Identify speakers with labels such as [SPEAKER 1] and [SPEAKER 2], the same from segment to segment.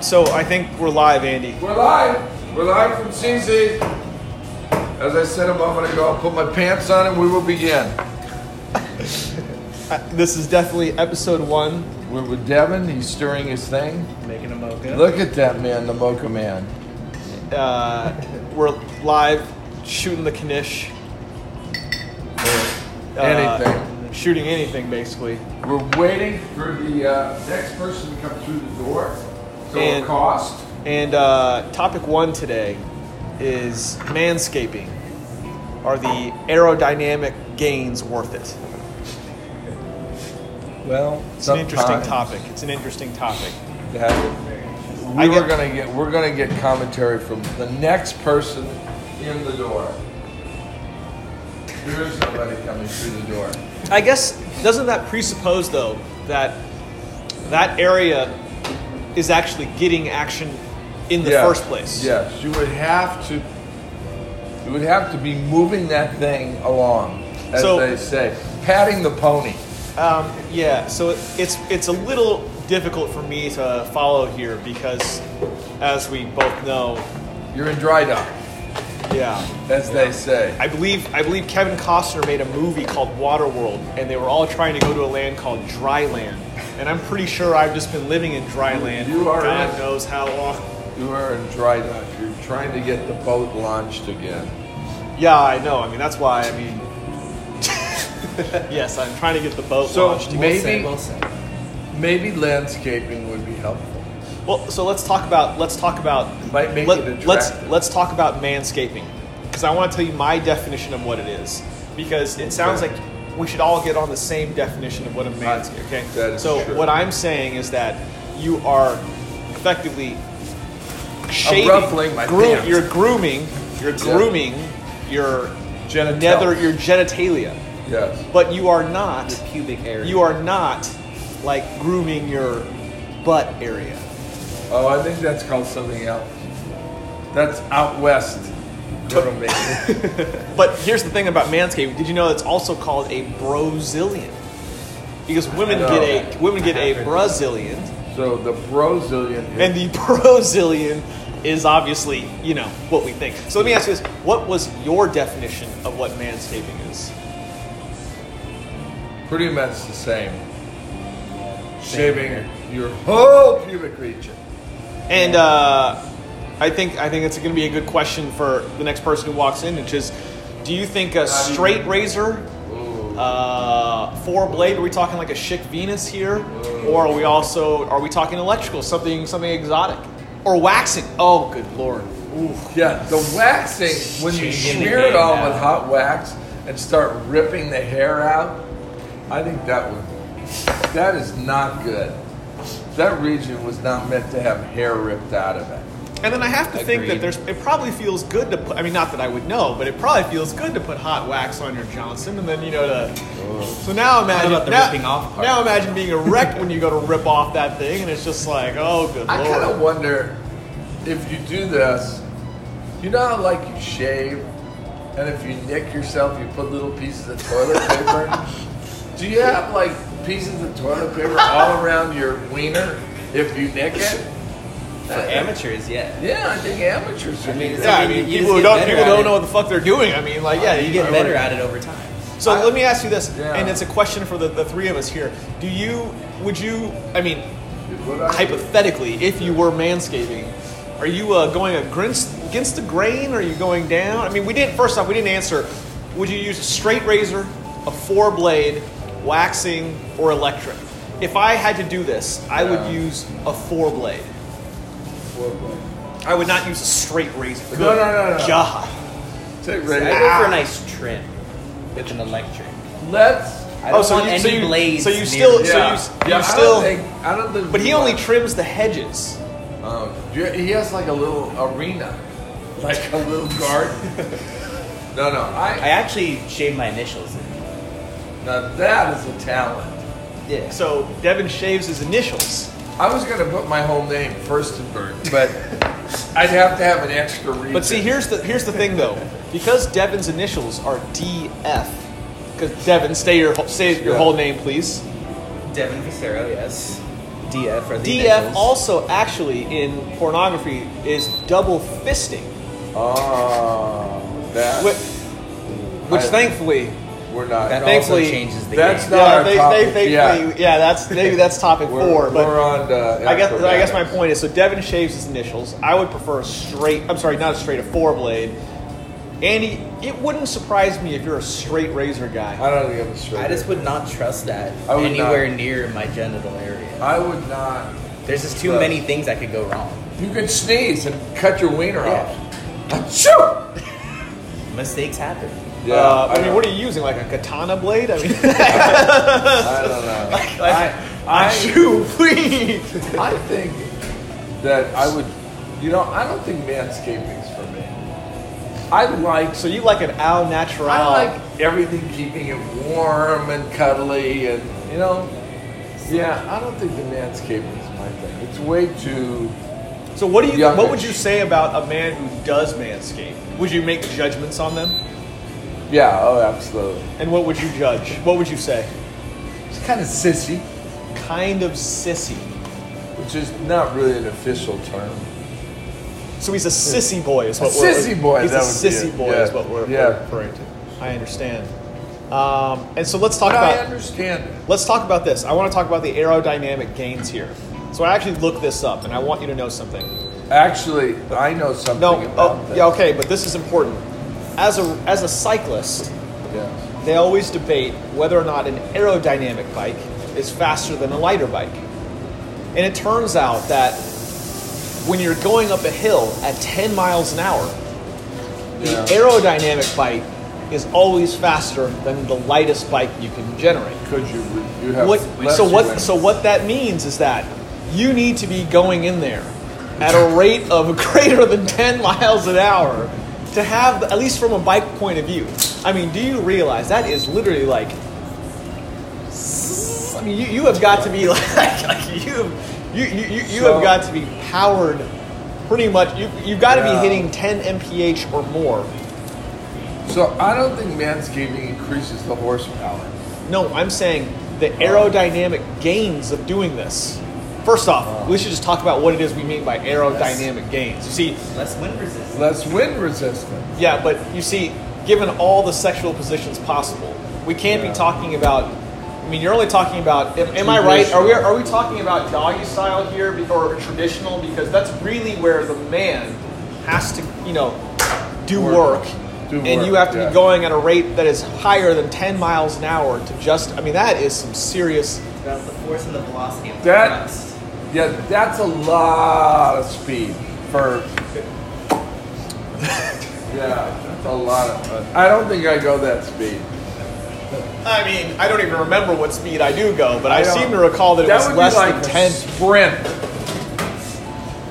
[SPEAKER 1] so I think we're live, Andy.
[SPEAKER 2] We're live. We're live from CZ. As I said a moment ago, I'll put my pants on and we will begin.
[SPEAKER 1] Uh, This is definitely episode one.
[SPEAKER 2] We're with Devin. He's stirring his thing.
[SPEAKER 3] Making a mocha.
[SPEAKER 2] Look at that man, the mocha man.
[SPEAKER 1] Uh, we're live shooting the Kanish. Uh,
[SPEAKER 2] Anything.
[SPEAKER 1] Shooting anything, basically.
[SPEAKER 2] We're waiting for the uh, next person to come through the door. So
[SPEAKER 1] And-
[SPEAKER 2] it'll cost.
[SPEAKER 1] And uh, topic one today is manscaping. Are the aerodynamic gains worth it?
[SPEAKER 2] Well,
[SPEAKER 1] It's an interesting topic. It's an interesting topic.
[SPEAKER 2] we
[SPEAKER 1] I
[SPEAKER 2] were
[SPEAKER 1] get-
[SPEAKER 2] gonna get we're gonna get commentary from the next person in the door. There is nobody coming through the door.
[SPEAKER 1] I guess doesn't that presuppose though that that area is actually getting action in the
[SPEAKER 2] Yeah.
[SPEAKER 1] first place?
[SPEAKER 2] Yes, you would have to. You would have to be moving that thing along, as
[SPEAKER 1] So-
[SPEAKER 2] they say, patting the pony.
[SPEAKER 1] Um, yeah. So it's it's a little difficult for me to follow here because, as we both know,
[SPEAKER 2] You're in dry dock,
[SPEAKER 1] yeah,
[SPEAKER 2] as they say.
[SPEAKER 1] I believe I believe Kevin Costner made a movie called Waterworld, and they were all trying to go to a land called Dry Land, and I'm pretty sure I've just been living in Dry Land.
[SPEAKER 2] You are
[SPEAKER 1] God
[SPEAKER 2] in.
[SPEAKER 1] knows how long.
[SPEAKER 2] You are in dry dock. You're trying to get the boat launched again.
[SPEAKER 1] Yeah, I know. I mean, that's why. I mean, yes, I'm trying to get the boat
[SPEAKER 2] So
[SPEAKER 1] launched.
[SPEAKER 2] maybe, maybe landscaping would be helpful.
[SPEAKER 1] Well, so let's talk about let's talk about
[SPEAKER 2] Might make it
[SPEAKER 1] let's
[SPEAKER 2] attractive.
[SPEAKER 1] let's talk about manscaping because I want to tell you my definition of what it is because it sounds
[SPEAKER 2] Okay.
[SPEAKER 1] like we should all get on the same definition of what a manscape. Okay,
[SPEAKER 2] that is
[SPEAKER 1] so
[SPEAKER 2] true.
[SPEAKER 1] what I'm saying is that you are effectively shaving,
[SPEAKER 2] ruffling my
[SPEAKER 1] groom-
[SPEAKER 2] pants.
[SPEAKER 1] you're grooming, you're grooming your
[SPEAKER 2] Genitalia.
[SPEAKER 1] nether your genitalia,
[SPEAKER 2] Yes.
[SPEAKER 1] but you are not
[SPEAKER 3] pubic area.
[SPEAKER 1] you are not like grooming your butt area.
[SPEAKER 2] Oh, I think that's called something else. That's out west. grooming.
[SPEAKER 1] But here's the thing about manscaping. Did you know it's also called a Brazilian? Because women
[SPEAKER 2] know.
[SPEAKER 1] get a women get a Brazilian,
[SPEAKER 2] so the Brazilian. is-
[SPEAKER 1] and the Brazilian is obviously you know what we think. So let me ask you this: What was your definition of what manscaping is?
[SPEAKER 2] pretty much the same. Shaving your whole pubic region.
[SPEAKER 1] And uh, I think I think it's going to be a good question for the next person who walks in, which is, do you think a straight razor, uh, four blade? Are we talking like a chic Venus here, or are we also are we talking electrical, something something exotic, or waxing? Oh, good lord! Ooh.
[SPEAKER 2] Yeah, the waxing when you
[SPEAKER 3] Changing the
[SPEAKER 2] smear it
[SPEAKER 3] game
[SPEAKER 2] all
[SPEAKER 3] now.
[SPEAKER 2] with hot wax and start ripping the hair out. I think that would that is not good. That region was not meant to have hair ripped out of it.
[SPEAKER 1] And then I have to think that
[SPEAKER 3] Agreed.
[SPEAKER 1] there's it probably feels good to put. I mean, not that I would know, but it probably feels good to put hot wax on your Johnson, and then you know to. So now imagine
[SPEAKER 3] Oh. about the
[SPEAKER 1] now,
[SPEAKER 3] ripping off part?
[SPEAKER 1] now imagine being erect when you go to rip off that thing, and it's just like, oh good
[SPEAKER 2] I kind of
[SPEAKER 1] lord.
[SPEAKER 2] wonder if you do this, you know how like you shave, and if you nick yourself, you put little pieces of toilet paper. do you have like pieces of toilet paper all around your wiener if you nick it?
[SPEAKER 3] For amateurs, yeah.
[SPEAKER 2] Yeah, I think amateurs would
[SPEAKER 3] I mean,
[SPEAKER 2] do
[SPEAKER 1] Yeah,
[SPEAKER 2] that.
[SPEAKER 1] I
[SPEAKER 3] You-
[SPEAKER 1] mean,
[SPEAKER 3] you
[SPEAKER 1] people
[SPEAKER 3] just
[SPEAKER 1] who
[SPEAKER 3] get
[SPEAKER 1] don't
[SPEAKER 3] better
[SPEAKER 1] people
[SPEAKER 3] at
[SPEAKER 1] don't
[SPEAKER 3] it. Uh,
[SPEAKER 1] know what the fuck they're doing. I mean, like, yeah,
[SPEAKER 3] You get better at it over time.
[SPEAKER 1] So
[SPEAKER 2] I-
[SPEAKER 1] let me ask you this,
[SPEAKER 2] Yeah.
[SPEAKER 1] and it's a question for the, the three of us here. Do you? Would you? I mean,
[SPEAKER 2] Would I?
[SPEAKER 1] hypothetically, if you were manscaping, are you uh, going against, against the grain? Are you going down? I mean, we didn't. First off, we didn't answer. Would you use a straight razor, a four blade, waxing, or electric? If I had to do this, I
[SPEAKER 2] Yeah.
[SPEAKER 1] would use a four blade. I would not use a straight razor.
[SPEAKER 2] No,
[SPEAKER 1] Good
[SPEAKER 2] no, no, no.
[SPEAKER 1] God.
[SPEAKER 2] Take
[SPEAKER 3] I
[SPEAKER 2] Ray.
[SPEAKER 3] go for
[SPEAKER 1] Ah.
[SPEAKER 3] a nice trim with an electric.
[SPEAKER 2] Let's.
[SPEAKER 3] I don't
[SPEAKER 1] Oh, so
[SPEAKER 3] want
[SPEAKER 1] you-
[SPEAKER 3] any
[SPEAKER 1] so you-
[SPEAKER 3] blades.
[SPEAKER 1] so you
[SPEAKER 3] near
[SPEAKER 1] still-
[SPEAKER 3] me.
[SPEAKER 1] so
[SPEAKER 2] Yeah.
[SPEAKER 1] you- you
[SPEAKER 2] yeah,
[SPEAKER 1] still-
[SPEAKER 2] I don't think, I don't think
[SPEAKER 1] But he
[SPEAKER 2] you
[SPEAKER 1] only
[SPEAKER 2] want-
[SPEAKER 1] trims the hedges.
[SPEAKER 2] Um, you- he has like a little arena, like a little garden. no, no,
[SPEAKER 3] I
[SPEAKER 2] I.
[SPEAKER 3] actually shaved my initials. In.
[SPEAKER 2] Now that is a talent.
[SPEAKER 3] Yeah.
[SPEAKER 1] So Devin shaves his initials.
[SPEAKER 2] I was gonna put my whole name Furstenberg, but I'd have to have an extra reason.
[SPEAKER 1] But see, here's the here's the thing though, because Devin's initials are DF. Because Devin, stay your whole- say your
[SPEAKER 2] Yeah.
[SPEAKER 1] whole name, please.
[SPEAKER 3] Devin Vicero, yes. DF or the
[SPEAKER 1] DF
[SPEAKER 3] initials.
[SPEAKER 1] also actually in pornography is double fisting,
[SPEAKER 2] Oh, that.
[SPEAKER 1] which, which
[SPEAKER 2] I-
[SPEAKER 1] thankfully,
[SPEAKER 2] We're not.
[SPEAKER 3] That
[SPEAKER 1] Thankfully-
[SPEAKER 3] also changes the
[SPEAKER 2] That's
[SPEAKER 3] game.
[SPEAKER 2] not-
[SPEAKER 1] yeah,
[SPEAKER 2] our
[SPEAKER 1] they,
[SPEAKER 2] topic,
[SPEAKER 1] they, they,
[SPEAKER 2] yeah.
[SPEAKER 1] yeah. that's maybe that's topic
[SPEAKER 2] we're,
[SPEAKER 1] 4 but
[SPEAKER 2] we're on. To
[SPEAKER 1] I guess I guess my point is so Devin shaves his initials. I would prefer a straight. I'm sorry, not a straight, a four blade. Andy, it wouldn't surprise me if you're a straight razor guy.
[SPEAKER 2] I don't think I'm straight.
[SPEAKER 3] I just would not trust that
[SPEAKER 2] I would
[SPEAKER 3] anywhere
[SPEAKER 2] not.
[SPEAKER 3] near my genital area.
[SPEAKER 2] I would not.
[SPEAKER 3] There's just too
[SPEAKER 2] Trust.
[SPEAKER 3] many things that could go wrong.
[SPEAKER 2] You could sneeze and cut your wiener
[SPEAKER 3] Yeah.
[SPEAKER 2] off. Shoot.
[SPEAKER 3] Mistakes happen.
[SPEAKER 2] Yeah.
[SPEAKER 1] uh, I,
[SPEAKER 2] I
[SPEAKER 1] mean,
[SPEAKER 2] don't-
[SPEAKER 1] what are you using? Like a katana blade? I mean,
[SPEAKER 2] I don't know.
[SPEAKER 1] I,
[SPEAKER 2] I-
[SPEAKER 1] shoot, please.
[SPEAKER 2] I think that I would. You know, I don't think manscaping's for me. I like.
[SPEAKER 1] So you like an al natural?
[SPEAKER 2] I like everything keeping it warm and cuddly, and you know. Yeah, I don't think the manscaping is my thing. It's way too.
[SPEAKER 1] So what do you?
[SPEAKER 2] Youngish.
[SPEAKER 1] What would you say about a man who does manscape? Would you make judgments on them?
[SPEAKER 2] Yeah. Oh, absolutely.
[SPEAKER 1] And what would you judge? What would you say?
[SPEAKER 2] It's kind of sissy,
[SPEAKER 1] Kind of sissy.
[SPEAKER 2] which is not really an official term.
[SPEAKER 1] So he's a sissy boy, is
[SPEAKER 2] A
[SPEAKER 1] what we're
[SPEAKER 2] sissy boy,
[SPEAKER 1] He's
[SPEAKER 2] that
[SPEAKER 1] a
[SPEAKER 2] would be
[SPEAKER 1] sissy
[SPEAKER 2] it.
[SPEAKER 1] boy,
[SPEAKER 2] Yeah.
[SPEAKER 1] is what we're,
[SPEAKER 2] Yeah.
[SPEAKER 1] we're referring to. I understand. Um, and so let's talk
[SPEAKER 2] But I
[SPEAKER 1] about
[SPEAKER 2] understand it.
[SPEAKER 1] let's talk about this. I want to talk about the aerodynamic gains here. So I actually looked this up, and I want you to know something.
[SPEAKER 2] Actually, I know something
[SPEAKER 1] No,
[SPEAKER 2] about
[SPEAKER 1] oh,
[SPEAKER 2] this.
[SPEAKER 1] yeah, okay, but this is important. As a as a cyclist,
[SPEAKER 2] Yes.
[SPEAKER 1] they always debate whether or not an aerodynamic bike is faster than a lighter bike. And it turns out that when you're going up a hill at 10 miles an hour, the
[SPEAKER 2] Yeah.
[SPEAKER 1] aerodynamic bike is always faster than the lightest bike you can generate.
[SPEAKER 2] Could you? You have
[SPEAKER 1] What,
[SPEAKER 2] less
[SPEAKER 1] so what
[SPEAKER 2] wind.
[SPEAKER 1] so what that means is that you need to be going in there at a rate of greater than 10 miles an hour to have at least from a bike point of view. I mean, do you realize that is literally like I mean, you, you have got to be like, like you you you, you, you
[SPEAKER 2] So-
[SPEAKER 1] have got to be powered pretty much you you've got to
[SPEAKER 2] Yeah.
[SPEAKER 1] be hitting 10 mph or more.
[SPEAKER 2] So I don't think manscaping increases the horsepower.
[SPEAKER 1] No, I'm saying the aerodynamic gains of doing this. First off, we should just talk about what it is we mean by aerodynamic gains. You see,
[SPEAKER 3] Less wind resistance.
[SPEAKER 2] Less wind resistance.
[SPEAKER 1] yeah, but you see, given all the sexual positions possible, we can't
[SPEAKER 2] Yeah.
[SPEAKER 1] be talking about. I mean, you're only talking about. Am, am I right? Are we are we talking about doggy style here be- or traditional? Because that's really where the man has to, you know, do
[SPEAKER 2] Work.
[SPEAKER 1] work.
[SPEAKER 2] Do
[SPEAKER 1] and
[SPEAKER 2] work,
[SPEAKER 1] you have to
[SPEAKER 2] yeah.
[SPEAKER 1] be going at a rate that is higher than 10 miles an hour to just. I mean, that is some serious.
[SPEAKER 3] That's the force and the velocity of the
[SPEAKER 2] That,
[SPEAKER 3] thrust.
[SPEAKER 2] yeah, that's a lot of speed for. yeah, that's a lot of. I don't think I go that speed.
[SPEAKER 1] I mean, I don't even remember what speed I do go, but I,
[SPEAKER 2] don't-
[SPEAKER 1] seem to recall that it was
[SPEAKER 2] would be
[SPEAKER 1] less
[SPEAKER 2] like
[SPEAKER 1] than
[SPEAKER 2] a
[SPEAKER 1] 10.
[SPEAKER 2] sprint.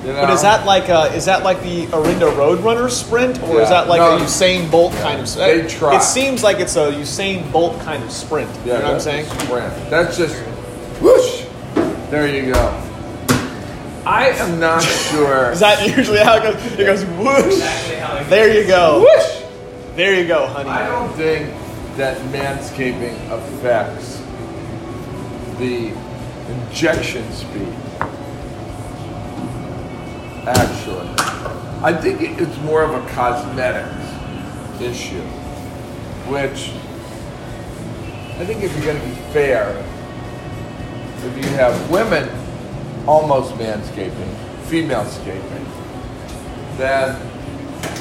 [SPEAKER 2] You
[SPEAKER 1] But is
[SPEAKER 2] know?
[SPEAKER 1] that like a, is that like the Arinda Roadrunner sprint, or is
[SPEAKER 2] Yeah.
[SPEAKER 1] that like
[SPEAKER 2] No.
[SPEAKER 1] a Usain Bolt kind of?
[SPEAKER 2] They try.
[SPEAKER 1] It seems like it's a Usain Bolt kind of sprint. you know what I'm
[SPEAKER 2] that's a
[SPEAKER 1] saying?
[SPEAKER 2] sprint. That's just whoosh. There you go. I am not sure.
[SPEAKER 1] Is that usually how it goes? It goes whoosh.
[SPEAKER 3] Exactly how it
[SPEAKER 1] There you go.
[SPEAKER 2] whoosh.
[SPEAKER 1] There you go, honey.
[SPEAKER 2] I don't think that manscaping affects the injection speed. Actually, I think it- it's more of a cosmetics issue, which I think if you're going to be fair, if you have women almost manscaping, female scaping, then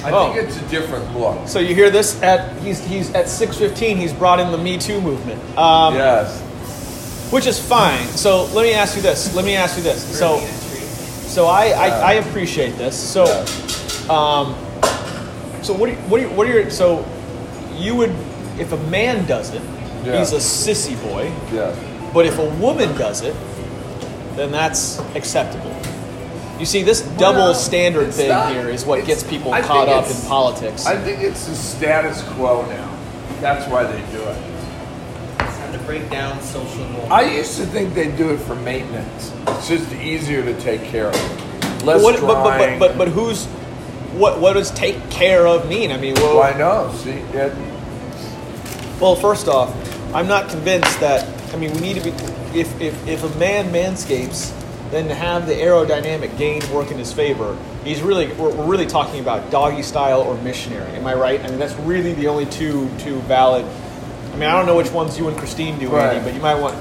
[SPEAKER 2] I
[SPEAKER 1] Oh.
[SPEAKER 2] think it's a different look.
[SPEAKER 1] So you hear this at he's he's at 6:15. He's brought in the Me Too movement. Um,
[SPEAKER 2] yes.
[SPEAKER 1] which is fine. So let me ask you this. Let me ask you this. So, so I I, I appreciate this. So, um, so what do you, what do you, what are your so you would if a man does it,
[SPEAKER 2] Yeah.
[SPEAKER 1] he's a sissy boy.
[SPEAKER 2] Yeah.
[SPEAKER 1] But if a woman does it, then that's acceptable. You see, this double
[SPEAKER 2] Well,
[SPEAKER 1] standard
[SPEAKER 2] it's
[SPEAKER 1] thing
[SPEAKER 2] not-
[SPEAKER 1] here is what
[SPEAKER 2] it's-
[SPEAKER 1] gets people
[SPEAKER 2] I
[SPEAKER 1] caught
[SPEAKER 2] think
[SPEAKER 1] up in
[SPEAKER 2] it's-
[SPEAKER 1] politics.
[SPEAKER 2] I think it's the status quo now. That's why they do it.
[SPEAKER 3] It's time to break down social norms.
[SPEAKER 2] I used to think they do it for maintenance. It's just easier to take care of. Less
[SPEAKER 1] What- but, but,
[SPEAKER 2] drying.
[SPEAKER 1] but, but, but who's what? What does take care of mean? I mean, well,
[SPEAKER 2] Well, I know. See, it,
[SPEAKER 1] Well, first off, I'm not convinced that. I mean, we need to be. If if, if a man manscapes, than to have the aerodynamic gain work in his favor. He's really we're, we're really talking about doggy style or missionary. Am I right? I mean, that's really the only two two valid. I mean, I don't know which ones you and Christine do,
[SPEAKER 2] Right.
[SPEAKER 1] Andy, but you might want.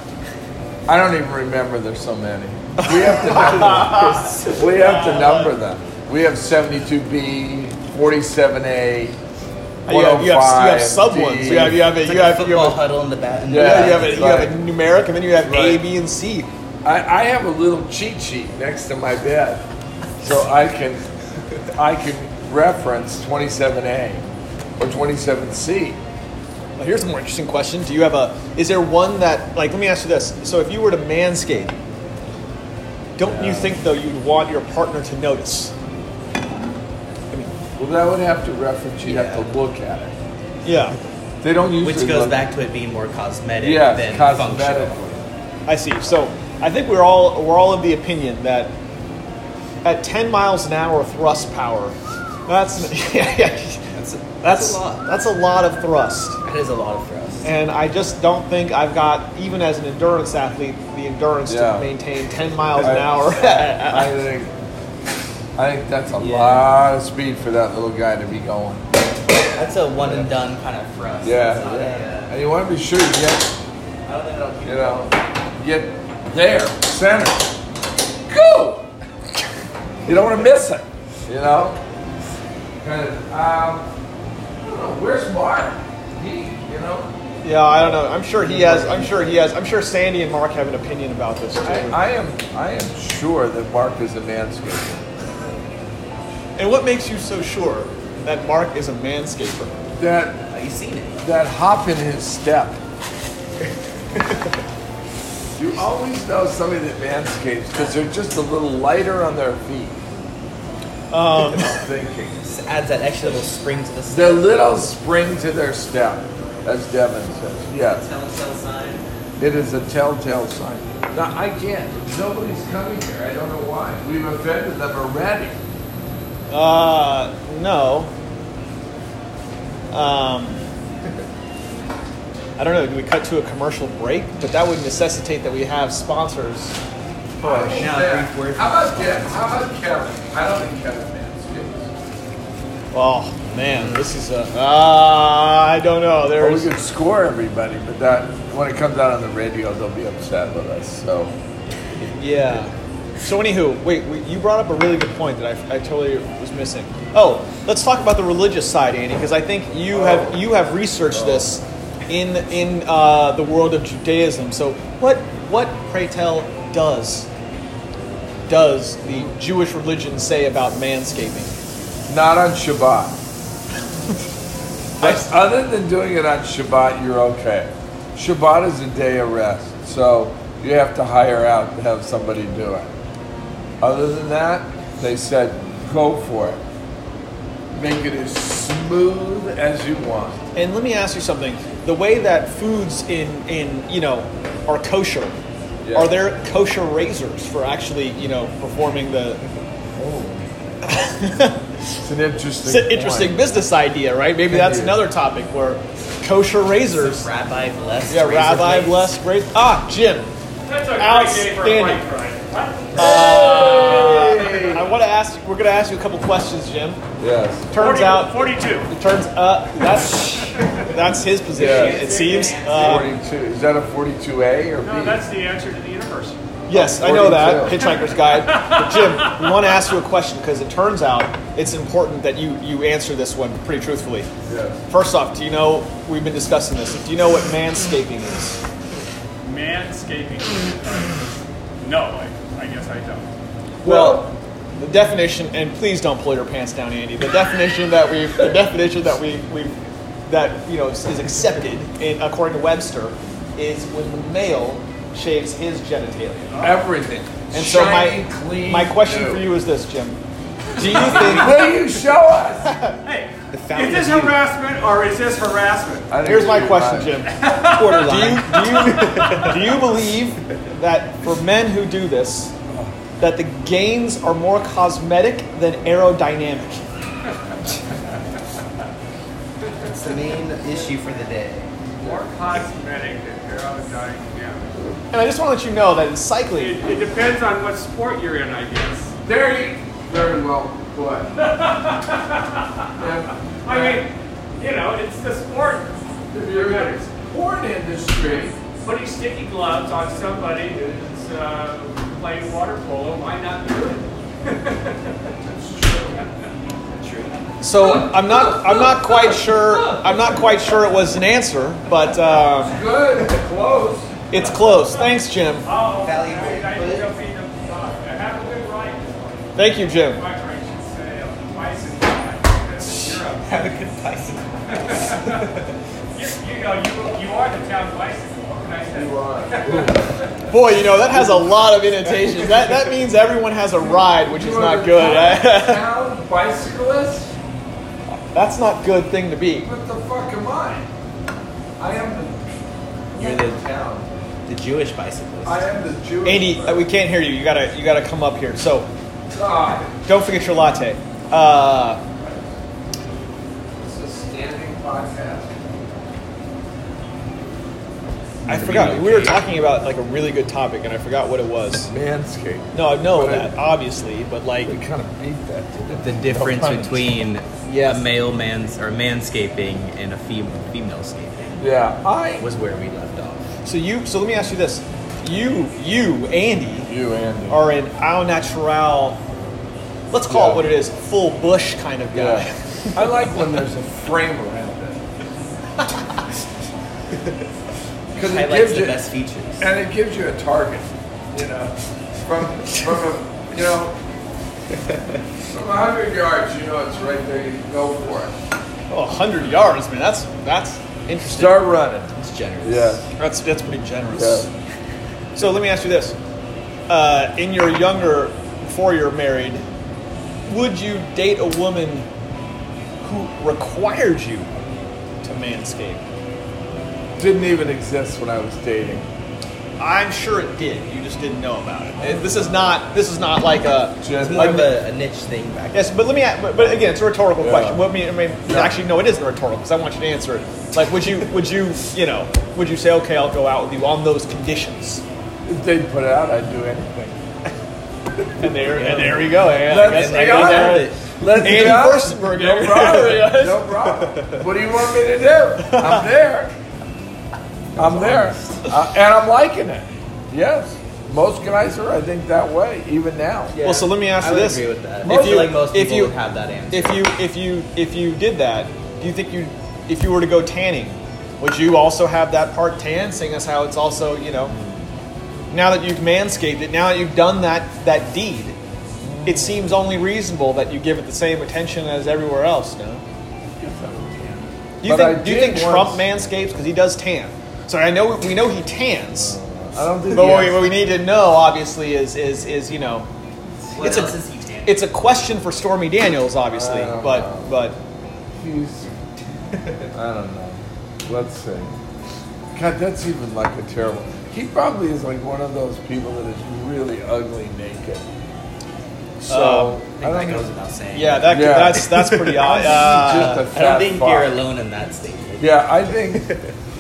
[SPEAKER 2] I don't even remember there's so many. We have to number them. We have to number them. We have 72B, 47A, 105.
[SPEAKER 1] You have, you have, you have sub ones.
[SPEAKER 2] D.
[SPEAKER 1] You have you have a,
[SPEAKER 3] oh It's
[SPEAKER 1] you
[SPEAKER 3] like a
[SPEAKER 1] have, you
[SPEAKER 3] football
[SPEAKER 1] have,
[SPEAKER 3] huddle in the back.
[SPEAKER 1] yeah,
[SPEAKER 2] Yeah,
[SPEAKER 1] you have, a, you have a
[SPEAKER 2] right.
[SPEAKER 1] numeric, and then you have A,
[SPEAKER 2] Right.
[SPEAKER 1] B, and C.
[SPEAKER 2] I, I have a little cheat sheet next to my bed, so I can I can reference 27A or 27C.
[SPEAKER 1] Well, here's a more interesting question. Do you have a? Is there one that like? Let me ask you this. So if you were to manscape, don't you think though you'd want your partner to notice?
[SPEAKER 2] Well, that would have to reference. You'd have to look at it.
[SPEAKER 1] Yeah,
[SPEAKER 2] They don't usually.
[SPEAKER 3] Which goes
[SPEAKER 2] look-
[SPEAKER 3] back to it being more cosmetic
[SPEAKER 2] Yeah,
[SPEAKER 3] than functional.
[SPEAKER 2] cosmetically.
[SPEAKER 1] I see. So I think we're all we're all of the opinion that at 10 miles an hour thrust power, that's
[SPEAKER 3] That's a, that's,
[SPEAKER 1] that's
[SPEAKER 3] a lot.
[SPEAKER 1] that's a lot of thrust.
[SPEAKER 3] That is a lot of thrust.
[SPEAKER 1] And I just don't think I've got, even as an endurance athlete, the endurance
[SPEAKER 2] Yeah.
[SPEAKER 1] to maintain 10 miles an
[SPEAKER 2] I-
[SPEAKER 1] hour.
[SPEAKER 2] I think. I think that's a
[SPEAKER 3] Uh-uh. Yeah.
[SPEAKER 2] lot of speed for that little guy to be going.
[SPEAKER 3] That's a one and done kind of thrust.
[SPEAKER 2] Yeah.
[SPEAKER 3] It's not a,
[SPEAKER 2] And you want to be sure you get,
[SPEAKER 3] uh, I don't think that'll keep
[SPEAKER 2] you know, get there, center, go. You don't want to miss it. You know. Kind of. Um, I don't know. Where's Mark? He, you know.
[SPEAKER 1] yeah, I don't know. I'm sure he has. I'm sure he has. I'm sure Sandy and Mark have an opinion about this too.
[SPEAKER 2] I, I am. I am sure that Mark is a manscaper.
[SPEAKER 1] and what makes you so sure that Mark is a manscaper?
[SPEAKER 2] That
[SPEAKER 3] Oh, you seen it.
[SPEAKER 2] that hop in his step. you always know somebody that manscapes because they're just a little lighter on their feet.
[SPEAKER 1] Um,
[SPEAKER 2] Thinking.
[SPEAKER 3] Just adds that extra little spring to the
[SPEAKER 2] The
[SPEAKER 3] step.
[SPEAKER 2] little spring to their step, as Devin says. Yes,
[SPEAKER 3] Telltale sign.
[SPEAKER 2] it is a telltale sign. No, I can't. Nobody's coming here. I don't know why. We've offended them already.
[SPEAKER 1] Uh, no. Um, I don't know. Do we cut to a commercial break? But that would necessitate that we have sponsors.
[SPEAKER 3] Push. Now, a brief word.
[SPEAKER 2] How about Kevin? How about Kevin? I don't think Kevin Manscapes.
[SPEAKER 1] Oh man, this is a. Uh, I don't know.
[SPEAKER 2] Well, we
[SPEAKER 1] There's.
[SPEAKER 2] could score everybody, but that when it comes out on the radio, they'll be upset with us. So
[SPEAKER 1] Yeah. So anywho, wait. We, you brought up a really good point that I, I totally was missing. Oh, let's talk about the religious side, Andy, because I think you have you have researched this in in uh, the world of Judaism. So what what pray tell does does the Jewish religion say about manscaping?
[SPEAKER 2] not on Shabbat. But other than doing it on Shabbat, you're okay. Shabbat is a day of rest, so you have to hire out to have somebody do it. Other than that, they said go for it. Make it as smooth as you want.
[SPEAKER 1] And let me ask you something. The way that foods in in you know are kosher,
[SPEAKER 2] Yeah.
[SPEAKER 1] are there kosher razors for actually you know performing the
[SPEAKER 2] It's an interesting.
[SPEAKER 1] It's an interesting
[SPEAKER 2] point.
[SPEAKER 1] business idea, right? Maybe
[SPEAKER 2] It
[SPEAKER 1] that's
[SPEAKER 2] is.
[SPEAKER 1] another topic where kosher razors.
[SPEAKER 3] Rabbi blessed.
[SPEAKER 1] Yeah,
[SPEAKER 3] razor
[SPEAKER 1] Rabbi
[SPEAKER 3] blades.
[SPEAKER 1] blessed razor. Ah, Jim.
[SPEAKER 4] That's a great day for a
[SPEAKER 1] Outstanding.
[SPEAKER 4] bike ride.
[SPEAKER 1] I want to ask. We're gonna ask you a couple questions, Jim.
[SPEAKER 2] Yes.
[SPEAKER 1] Turns
[SPEAKER 4] 40
[SPEAKER 1] out,
[SPEAKER 4] 42.
[SPEAKER 1] it turns up. That's that's his position.
[SPEAKER 2] Yeah.
[SPEAKER 1] It seems. Uh,
[SPEAKER 2] Forty-two. Is that a forty-two A or B?
[SPEAKER 4] No, that's the answer to the universe.
[SPEAKER 1] yes, I know that
[SPEAKER 2] 42.
[SPEAKER 1] Hitchhiker's Guide. But Jim, we want to ask you a question because it turns out it's important that you you answer this one pretty truthfully.
[SPEAKER 2] Yes.
[SPEAKER 1] First off, do you know we've been discussing this? Do you know what manscaping is?
[SPEAKER 4] Manscaping. No, I, I guess I don't.
[SPEAKER 1] Well, the definition, and please don't pull your pants down, Andy. The definition that we, the definition that we, we, that you know is is accepted in, according to Webster, is when the male shaves his genitalia.
[SPEAKER 2] Everything.
[SPEAKER 1] And so my
[SPEAKER 2] Shiny, clean,
[SPEAKER 1] my question
[SPEAKER 2] new.
[SPEAKER 1] for you is this, Jim: Do you think?
[SPEAKER 2] Will you show us?
[SPEAKER 4] Hey,
[SPEAKER 1] The fountain
[SPEAKER 4] is
[SPEAKER 1] is
[SPEAKER 4] this
[SPEAKER 1] you.
[SPEAKER 4] harassment or is this harassment?
[SPEAKER 2] I think
[SPEAKER 1] Here's my
[SPEAKER 2] you're
[SPEAKER 1] question,
[SPEAKER 2] right.
[SPEAKER 1] Jim. Do you, do, you,
[SPEAKER 3] Borderline.
[SPEAKER 1] do you believe that for men who do this, that the gains are more cosmetic than aerodynamic?
[SPEAKER 3] That's the main issue for the day.
[SPEAKER 4] More cosmetic than aerodynamic.
[SPEAKER 1] And I just want to let you know that in cycling,
[SPEAKER 4] It, it depends on what sport you're in, I guess.
[SPEAKER 2] Very, very well put.
[SPEAKER 4] I mean, you know, it's the sport.
[SPEAKER 2] if you're in the porn industry,
[SPEAKER 4] Putting sticky gloves on somebody who's uh, playing water polo might not do it.
[SPEAKER 1] so I'm not I'm not quite sure I'm not quite sure it was an answer, but uh,
[SPEAKER 2] good, close.
[SPEAKER 1] it's close. Thanks, Jim.
[SPEAKER 4] Oh,
[SPEAKER 3] Valley
[SPEAKER 4] I,
[SPEAKER 3] Road,
[SPEAKER 4] I,
[SPEAKER 3] but-
[SPEAKER 4] don't mean to- uh, have a good ride.
[SPEAKER 1] Thank you, Jim.
[SPEAKER 4] My friend should say, uh, bison ride, because you're a-
[SPEAKER 3] Have a good bicycle.
[SPEAKER 4] You, you know, you, you are the town bicycle. What can I say?
[SPEAKER 2] You are.
[SPEAKER 1] Boy, you know that has a lot of annotations. That that means everyone has a ride, which is
[SPEAKER 2] You are
[SPEAKER 1] not
[SPEAKER 2] the
[SPEAKER 1] good.
[SPEAKER 2] Town bicyclist?
[SPEAKER 1] That's not good thing to be.
[SPEAKER 2] What the fuck am I? I am the.
[SPEAKER 3] You're the-
[SPEAKER 2] town.
[SPEAKER 3] The Jewish bicyclist.
[SPEAKER 2] I am the Jewish.
[SPEAKER 1] Andy, uh, we can't hear you. You gotta you gotta come up here. So
[SPEAKER 2] God,
[SPEAKER 1] don't forget your latte. Uh,
[SPEAKER 2] it's a standing podcast.
[SPEAKER 1] I forgot we were talking about like a really good topic, and I forgot what it was.
[SPEAKER 2] Manscaped.
[SPEAKER 1] No, I know
[SPEAKER 2] But I-
[SPEAKER 1] that obviously, but like
[SPEAKER 2] kind of beat that. didn't
[SPEAKER 5] The difference between
[SPEAKER 1] Yes.
[SPEAKER 5] a male man's or manscaping and a fem- female scaping
[SPEAKER 2] we? Yeah, I.
[SPEAKER 5] was where we left off.
[SPEAKER 1] so you so let me ask you this: you you Andy
[SPEAKER 2] You, Andy.
[SPEAKER 1] are an au natural. Let's call
[SPEAKER 2] Yeah.
[SPEAKER 1] it what it is: full bush kind of guy.
[SPEAKER 2] Yeah. I like when there's a frame around it. Because it
[SPEAKER 5] Highlights
[SPEAKER 2] gives
[SPEAKER 5] the
[SPEAKER 2] you,
[SPEAKER 5] best features.
[SPEAKER 2] and it gives you a target, you know, from from a, you know, from a hundred yards, you know it's right there. You can go for it.
[SPEAKER 1] Oh, 100 yards, man. That's that's interesting.
[SPEAKER 2] running.
[SPEAKER 5] It's generous.
[SPEAKER 1] That's that's pretty generous. So let me ask you this: uh, in your younger, before you're married, would you date a woman who required you to manscape?
[SPEAKER 2] Didn't even exist when I was dating.
[SPEAKER 1] I'm sure it did. You just didn't know about it. And This is not. This is not like a.
[SPEAKER 2] Just-
[SPEAKER 5] It's more
[SPEAKER 1] like
[SPEAKER 5] of a, a niche thing back
[SPEAKER 1] Yes, but let me. a- But, but again, it's a rhetorical
[SPEAKER 2] Yeah.
[SPEAKER 1] question. What me, I mean,
[SPEAKER 2] Yeah.
[SPEAKER 1] actually, no, it isn't rhetorical because I want you to answer it. Like, would you? would you? You know? Would you say, okay, I'll go out with you on those conditions?
[SPEAKER 2] If they put it out, I'd do anything.
[SPEAKER 1] And there, and there you go. Yeah, I guess- I
[SPEAKER 2] Let's be
[SPEAKER 1] guess that-
[SPEAKER 2] honest. Let's be
[SPEAKER 1] Andy
[SPEAKER 2] honest.
[SPEAKER 1] Furstenberg,
[SPEAKER 2] No
[SPEAKER 1] everybody.
[SPEAKER 2] problem. No problem. What do you want me to do? I'm there. I'm there, uh, and I'm liking it. Yes, most guys are. I think that way, even now.
[SPEAKER 1] Well, so let me ask
[SPEAKER 5] I
[SPEAKER 1] you
[SPEAKER 5] would
[SPEAKER 1] this.
[SPEAKER 5] agree with that.
[SPEAKER 1] If
[SPEAKER 5] I
[SPEAKER 1] you-
[SPEAKER 5] feel like most
[SPEAKER 1] if
[SPEAKER 5] people
[SPEAKER 1] you-
[SPEAKER 5] would have that answer.
[SPEAKER 1] If you, if you, if you did that, do you think you, if you were to go tanning, would you also have that part tan, seeing as how it's also, you know, now that you've manscaped it, now that you've done that that deed, it seems only reasonable that you give it the same attention as everywhere else. No. Do you
[SPEAKER 2] But I
[SPEAKER 1] think, do you
[SPEAKER 2] did
[SPEAKER 1] think Trump
[SPEAKER 2] once-
[SPEAKER 1] manscapes because he does tan? So I know we know he tans.
[SPEAKER 2] I don't think.
[SPEAKER 1] But what
[SPEAKER 2] he
[SPEAKER 1] we,
[SPEAKER 2] has-
[SPEAKER 1] what we need to know, obviously, is is is you know,
[SPEAKER 3] What
[SPEAKER 1] it's
[SPEAKER 3] else
[SPEAKER 1] a
[SPEAKER 3] is he tanning?
[SPEAKER 1] it's a question for Stormy Daniels, obviously.
[SPEAKER 2] I don't
[SPEAKER 1] But
[SPEAKER 2] know.
[SPEAKER 1] but
[SPEAKER 2] He's, I don't know. Let's see. God, that's even like a terrible. He probably is like one of those people that is really ugly naked.
[SPEAKER 5] I
[SPEAKER 2] So
[SPEAKER 5] think
[SPEAKER 1] Um,
[SPEAKER 2] I
[SPEAKER 5] that
[SPEAKER 2] don't
[SPEAKER 5] goes
[SPEAKER 2] know.
[SPEAKER 5] without saying.
[SPEAKER 1] yeah, that
[SPEAKER 2] Yeah.
[SPEAKER 1] that's that's pretty odd. Uh,
[SPEAKER 2] Just a
[SPEAKER 5] I don't
[SPEAKER 2] fat
[SPEAKER 5] think
[SPEAKER 2] fuck.
[SPEAKER 5] you're alone in that statement.
[SPEAKER 2] Yeah, I think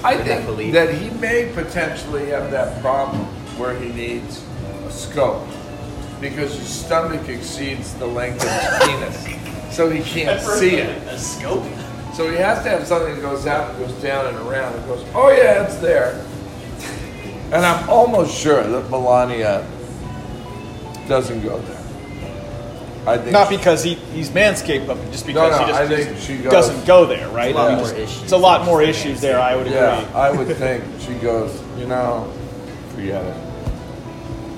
[SPEAKER 2] I
[SPEAKER 5] Would not
[SPEAKER 2] think
[SPEAKER 5] believe.
[SPEAKER 2] that he may potentially have that problem where he needs a scope because his stomach exceeds the length of his penis, so he can't see it.
[SPEAKER 3] A scope.
[SPEAKER 2] So he has to have something that goes out and goes down and around and goes, oh yeah, it's there. And I'm almost sure that Melania doesn't go there. I think
[SPEAKER 1] not because he, he's manscaped, but just because
[SPEAKER 2] no,
[SPEAKER 1] he just,
[SPEAKER 2] I think
[SPEAKER 1] just
[SPEAKER 2] she goes-
[SPEAKER 1] doesn't go there, right?
[SPEAKER 5] It's a lot
[SPEAKER 1] I mean,
[SPEAKER 5] more
[SPEAKER 1] just-
[SPEAKER 5] issues
[SPEAKER 1] It's a lot
[SPEAKER 5] than
[SPEAKER 1] more
[SPEAKER 5] just
[SPEAKER 1] issues there. I would agree.
[SPEAKER 2] Yeah, I would think she goes, you know, forget it.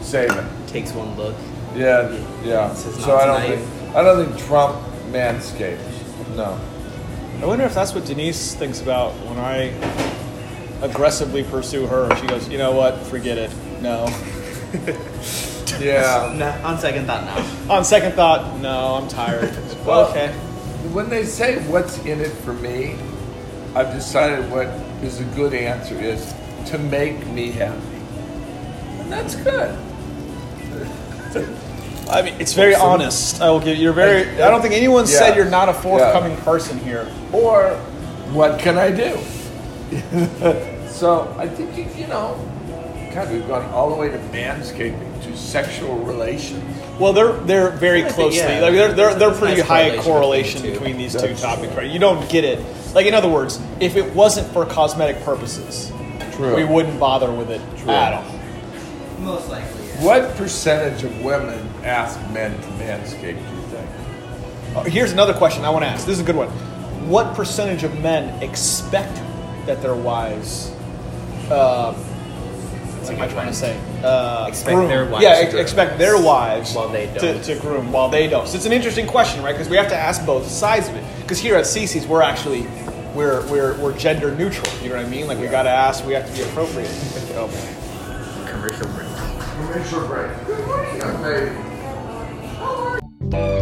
[SPEAKER 2] Save it.
[SPEAKER 5] Takes one look.
[SPEAKER 2] Yeah, yeah.
[SPEAKER 5] This is
[SPEAKER 2] So
[SPEAKER 5] not
[SPEAKER 2] I don't
[SPEAKER 5] tonight.
[SPEAKER 2] think I don't think Trump manscapes. No.
[SPEAKER 1] I wonder if that's what Denise thinks about when I aggressively pursue her. She goes, you know what? Forget it. No.
[SPEAKER 2] Yeah.
[SPEAKER 5] Uh, Nah, on second thought, now.
[SPEAKER 1] On second thought, no. I'm tired.
[SPEAKER 2] Well-
[SPEAKER 1] okay.
[SPEAKER 2] When they say what's in it for me, I've decided what is a good answer is to make me happy. And that's good.
[SPEAKER 1] I mean, it's very honest. I will give you're very. I don't think anyone
[SPEAKER 2] Yeah.
[SPEAKER 1] said you're not a forthcoming
[SPEAKER 2] Yeah.
[SPEAKER 1] person here.
[SPEAKER 2] Or what can I do? so I think you, you know, God, we've gone all the way to manscaping to sexual relations.
[SPEAKER 1] Well, they're they're very
[SPEAKER 5] I think,
[SPEAKER 1] closely.
[SPEAKER 5] yeah.
[SPEAKER 1] Like they're they're, they're
[SPEAKER 5] There's a
[SPEAKER 1] pretty
[SPEAKER 5] nice
[SPEAKER 1] high correlation
[SPEAKER 5] correlation
[SPEAKER 1] between
[SPEAKER 5] between
[SPEAKER 1] these
[SPEAKER 2] two.
[SPEAKER 1] two
[SPEAKER 2] That's
[SPEAKER 1] topics, right? You don't get it. Like in other words, if it wasn't for cosmetic purposes,
[SPEAKER 2] True.
[SPEAKER 1] we wouldn't bother with it
[SPEAKER 2] True.
[SPEAKER 1] at all.
[SPEAKER 3] Most likely. Yeah.
[SPEAKER 2] What percentage of women ask men to manscape? Do you think?
[SPEAKER 1] Uh, Here's another question I want to ask. This is a good one. What percentage of men expect that their wives? Uh, what am I trying to say? Uh,
[SPEAKER 5] Expect
[SPEAKER 1] groom.
[SPEAKER 5] their wives
[SPEAKER 1] Yeah,
[SPEAKER 5] to
[SPEAKER 1] ex-
[SPEAKER 5] groom.
[SPEAKER 1] expect their wives
[SPEAKER 5] While they
[SPEAKER 1] To,
[SPEAKER 5] don't.
[SPEAKER 1] to groom while they don't. So it's an interesting question, right? Because we have to ask both sides of it. Because here at CC's, we're actually we're we're we're gender neutral. You know what I mean? Like we got to ask. We have to be appropriate. Oh,
[SPEAKER 5] Commercial break.
[SPEAKER 2] Commercial break. Good morning, young lady.